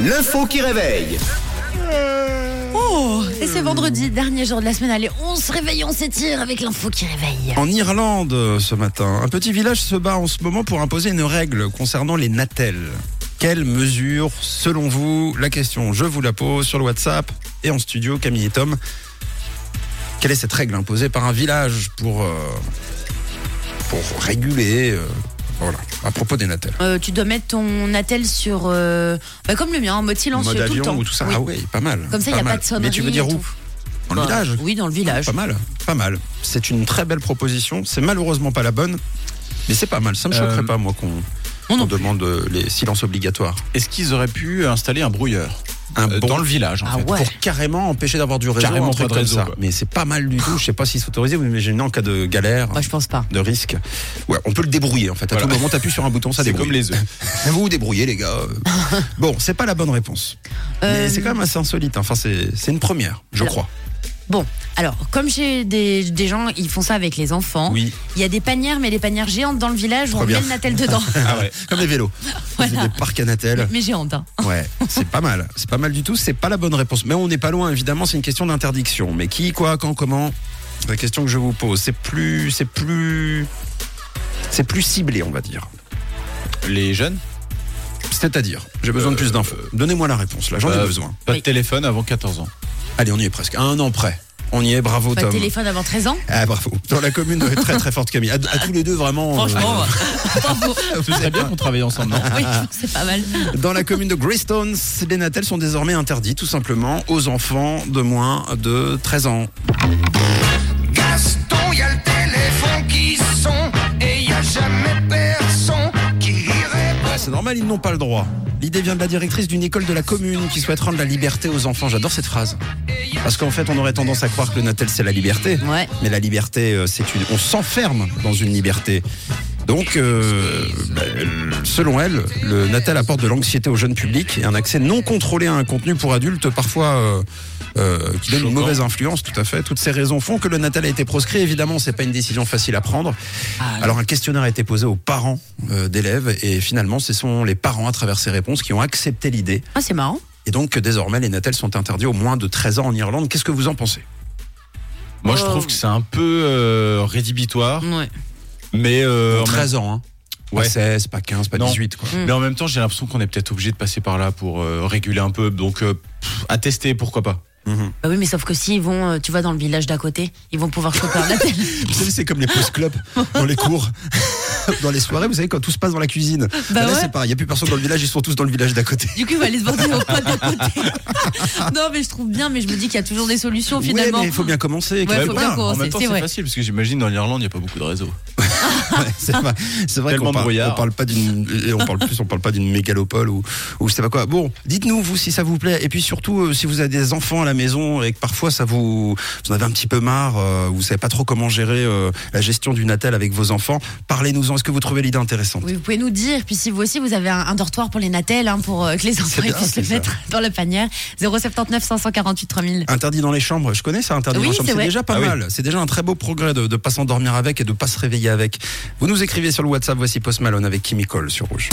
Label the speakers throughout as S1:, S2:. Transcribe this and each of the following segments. S1: L'info qui réveille.
S2: Oh, et c'est vendredi, dernier jour de la semaine. Allez, on se réveille, on s'étire avec l'info qui réveille.
S3: En Irlande euh, ce matin, un petit village se bat en ce moment pour imposer une règle concernant les natels. Quelle mesure, selon vous La question, je vous la pose sur le WhatsApp et en studio, Camille et Tom. Quelle est cette règle imposée par un village pour, euh, pour réguler euh, voilà, à propos des natels
S2: Euh, tu dois mettre ton attel sur. euh, bah, comme le mien, en mode
S3: En
S2: silencieux
S3: mode
S2: tout le
S3: avion
S2: temps.
S3: ou tout ça
S2: Oui.
S3: Ah oui, pas mal.
S2: Comme ça, il n'y a
S3: mal.
S2: pas de sonnerie.
S3: Mais tu veux dire
S2: et
S3: où
S2: tout.
S3: Dans le
S2: Bah,
S3: village Ah,
S2: Oui, dans le village.
S3: Pas mal, pas mal. C'est une très belle proposition. C'est malheureusement pas la bonne, mais c'est pas mal. Ça me choquerait
S4: Euh,
S3: pas, moi, qu'on
S2: non
S3: qu'on
S2: plus.
S3: demande euh, les silences obligatoires.
S4: Est-ce qu'ils auraient pu installer un brouilleur
S3: Un
S4: Euh,
S3: bon-
S4: dans le village en
S2: Ah
S4: fait.
S2: ouais.
S3: Pour carrément empêcher d'avoir du réseau.
S4: Carrément
S3: un truc
S4: pas de
S3: comme
S4: réseau,
S3: ça.
S4: quoi.
S3: Mais c'est pas mal du tout. Je sais pas si c'est autorisé, mais imaginez en cas de galère.
S2: Moi, je pense pas.
S3: de risque. Ouais, on peut le débrouiller en fait. À
S4: Voilà.
S3: tout moment, t'appuies sur un bouton, ça
S4: C'est
S3: débrouille.
S4: comme les œufs.
S3: Vous vous débrouillez, les gars. bon, c'est pas la bonne réponse.
S2: Euh,
S3: Mais c'est quand même assez insolite. hein. Enfin, c'est c'est une première, je
S4: Ah.
S2: Alors,
S3: crois.
S2: Bon, alors, comme chez des, des gens, ils font ça avec les enfants.
S3: Oui.
S2: Il y a des panières, mais des panières géantes dans le village où on
S3: bien.
S2: met le natel dedans.
S4: Ah ouais.
S3: Comme les vélos.
S2: Voilà.
S3: Des parcs à Natel.
S2: mais géantes, hein.
S3: Ouais, c'est pas mal. C'est pas mal du tout. C'est pas la bonne réponse. Mais on n'est pas loin, évidemment. C'est une question d'interdiction. Mais qui, quoi, quand, comment C'est La question que je vous pose. C'est plus. C'est plus. C'est plus ciblé, on va dire.
S4: Les jeunes,
S3: C'est-à-dire, j'ai besoin de plus d'infos. Donnez-moi la réponse, là, j'en ai
S4: Euh,
S3: besoin.
S4: pas
S2: Oui.
S4: de téléphone avant 14 ans.
S3: Allez, on y est presque. À un an près. On y est, bravo,
S2: Pas de
S3: Tom.
S2: téléphone avant 13 ans.
S3: Ah, bravo. Dans la commune, ouais, très très forte, Camille. À, à tous les deux, vraiment. euh,
S2: Franchement, bravo.
S4: Ce serait bien qu'on travaille ensemble. non
S2: Oui, c'est pas mal.
S3: Dans la commune de Greystones, les natels sont désormais interdits, tout simplement, aux enfants de moins de 13 ans.
S5: Gaston, y a le téléphone qui sonne et y a jamais personne qui répond.
S3: Ah, c'est normal, ils n'ont pas le droit. L'idée vient de la directrice d'une école de la commune qui souhaite rendre la liberté aux enfants. J'adore cette phrase. Parce qu'en fait, on aurait tendance à croire que le Natel, c'est la liberté.
S2: Ouais.
S3: Mais la liberté, euh, c'est une. On s'enferme dans une liberté. Donc, euh, bah, euh, selon elle, le Natel apporte de l'anxiété au jeune public et un accès non contrôlé à un contenu pour adultes, parfois. euh, euh, qui donne une
S4: Choquant.
S3: mauvaise influence, tout à fait. Toutes ces raisons font que le Natal a été proscrit. Évidemment, c'est pas une décision facile à prendre. Alors un questionnaire a été posé aux parents euh, d'élèves et finalement ce sont les parents à travers ces réponses qui ont accepté l'idée.
S2: Ah, c'est marrant.
S3: Et donc désormais les natels sont interdits aux moins de 13 ans en Irlande. Qu'est-ce que vous en pensez
S4: Moi, je
S2: Oh.
S4: trouve que c'est un peu euh, rédhibitoire,
S2: Ouais.
S4: mais euh, en même-
S3: 13 ans, hein
S4: Ouais.
S3: Pas 16, pas 15, pas
S4: Non.
S3: 18 quoi.
S4: mais en même temps, j'ai l'impression qu'on est peut-être obligé de passer par là pour euh, réguler un peu. Donc, euh, pff, à tester, pourquoi pas
S2: Bah oui, mais sauf que s'ils vont, euh, tu vois, dans le village d'à côté, ils vont pouvoir choper un natel.
S3: Vous savez, c'est comme les post clubs dans les cours. Dans les soirées, vous savez, quand tout se passe dans la cuisine.
S2: Bah
S3: là,
S2: ouais.
S3: c'est pareil. Il n'y a plus personne dans le village, ils sont tous dans le village d'à côté.
S2: Du coup, il va aller se border au pote d'à côté. non, mais je trouve bien, mais je me dis qu'il y a toujours des solutions finalement.
S3: Ouais, mais il faut bien commencer. quelque part.
S2: faut bien commencer.
S4: en même temps,
S2: c'est vrai.
S4: c'est facile parce que j'imagine dans l'Irlande, il n'y a pas beaucoup de réseaux.
S3: Ouais, c'est vrai, c'est vrai
S4: Tellement
S3: qu'on
S4: de
S3: parle,
S4: brouillard.
S3: on parle pas d'une, et on parle plus, on parle pas d'une mégalopole ou, ou je sais pas quoi. Bon, dites-nous vous si ça vous plaît, et puis surtout euh, si vous avez des enfants à la maison et que parfois ça vous, vous en avez un petit peu marre, euh, vous savez pas trop comment gérer euh, la gestion du natal avec vos enfants, parlez-nous-en. Est-ce que vous trouvez l'idée intéressante
S2: Oui, vous pouvez nous dire. Puis si vous aussi, vous avez un, un dortoir pour les natels, hein, pour euh, que les enfants
S3: bien,
S2: ils puissent
S3: c'est
S2: le
S3: ça.
S2: mettre dans la panière. 079 548 3000.
S3: Interdit dans les chambres, je connais ça, interdit
S2: Oui,
S3: dans les chambres,
S2: c'est
S3: c'est
S2: vrai.
S3: déjà pas
S4: Ah oui.
S3: mal. C'est déjà un très beau progrès de, de pas s'endormir avec et de pas se réveiller avec. Vous nous écrivez sur le WhatsApp, voici Post Malone avec Kimmy Cole sur Rouge.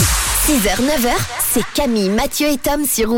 S6: 6h, 9h, c'est Camille, Mathieu et Tom sur